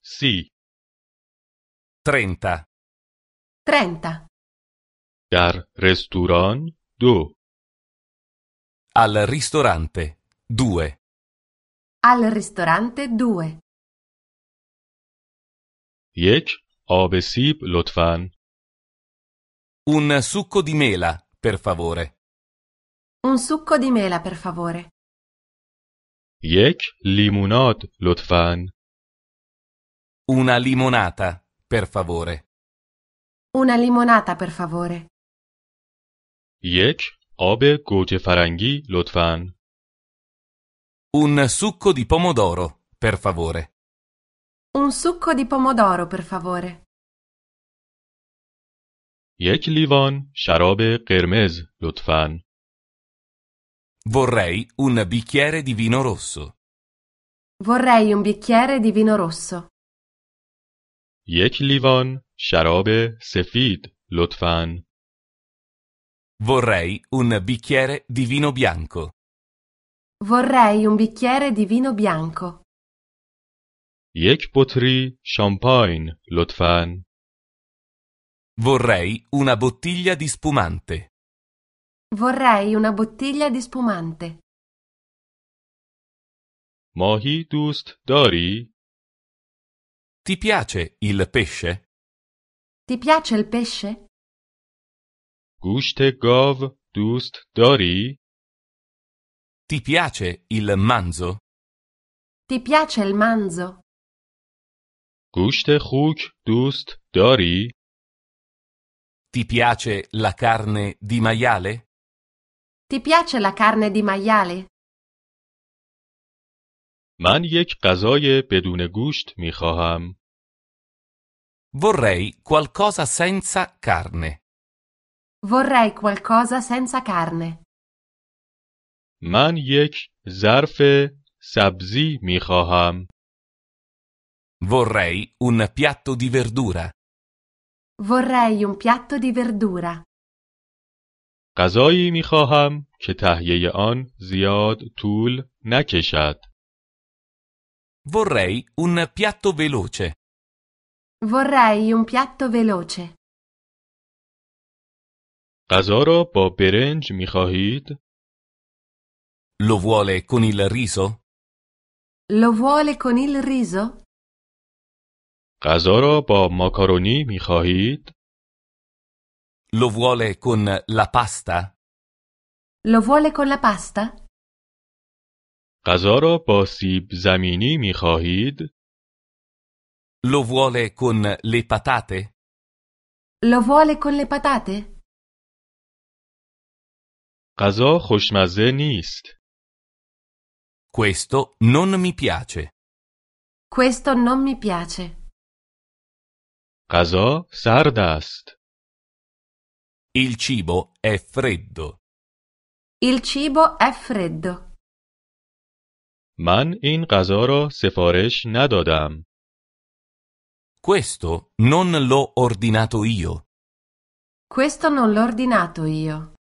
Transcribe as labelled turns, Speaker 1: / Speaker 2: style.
Speaker 1: sì,
Speaker 2: trenta,
Speaker 3: 30.
Speaker 1: در رستوران دو,
Speaker 2: al ristorante, due,
Speaker 3: Al ristorante 2.
Speaker 1: یک آب سیب لطفاً.
Speaker 2: un succo di mela, per favore,
Speaker 3: Un succo di mela, per favore.
Speaker 1: یک لیموناد لطفاً.
Speaker 2: una limonata, per favore,
Speaker 3: Una limonata, per favore.
Speaker 1: یک آب گوجه فرنگی لطفاً.
Speaker 2: un succo di pomodoro, per favore,
Speaker 3: Un succo di pomodoro, per favore.
Speaker 1: یک لیوان شراب قرمز لطفاً.
Speaker 2: vorrei un bicchiere di vino rosso,
Speaker 3: Vorrei un bicchiere di vino rosso.
Speaker 1: یک لیوان شراب سفید لطفاً.
Speaker 2: vorrei un bicchiere di vino bianco,
Speaker 3: Vorrei un bicchiere di vino bianco.
Speaker 1: یک بطری شامپاین لطفاً.
Speaker 2: vorrei una bottiglia di spumante,
Speaker 3: Vorrei una bottiglia di spumante.
Speaker 1: ماهی دوست داری؟
Speaker 2: ti piace il pesce?
Speaker 3: Ti piace il pesce?
Speaker 1: گوشت گاو دوست داری؟
Speaker 2: Ti piace il manzo?
Speaker 3: Ti piace il manzo?
Speaker 1: گوشت خوک دوست داری؟
Speaker 2: Ti piace la carne di maiale?
Speaker 3: Ti piace la carne di maiale?
Speaker 1: من یک غذای بدون گوشت می خواهم.
Speaker 2: Vorrei qualcosa senza carne.
Speaker 3: Vorrei qualcosa senza carne.
Speaker 1: من یک ظرف سبزی می خواهم.
Speaker 2: Vorrei un piatto di verdura.
Speaker 3: Vorrei un piatto di verdura.
Speaker 1: غذایی می خواهم که تهیه آن زیاد طول نکشد.
Speaker 2: Vorrei un piatto veloce.
Speaker 3: Vorrei un piatto veloce.
Speaker 1: غذا را با برنج می خواهید؟
Speaker 2: Lo vuole con il riso?
Speaker 3: Lo vuole con il riso?
Speaker 1: غذا را با ماکارونی می خواهید؟
Speaker 2: Lo vuole con la pasta?
Speaker 3: Lo vuole con la pasta?
Speaker 1: غذا را با سیب زمینی می خواهید؟
Speaker 2: Lo vuole con le patate?
Speaker 3: Lo vuole con le patate?
Speaker 1: غذا خوشمزه نیست.
Speaker 2: Questo non mi piace.
Speaker 3: Questo non mi piace.
Speaker 1: غذا سرد است.
Speaker 2: Il cibo è freddo.
Speaker 3: Il cibo è freddo.
Speaker 1: من این غذا را سفارش ندادم.
Speaker 2: Questo non l'ho ordinato io.
Speaker 3: Questo non l'ho ordinato io.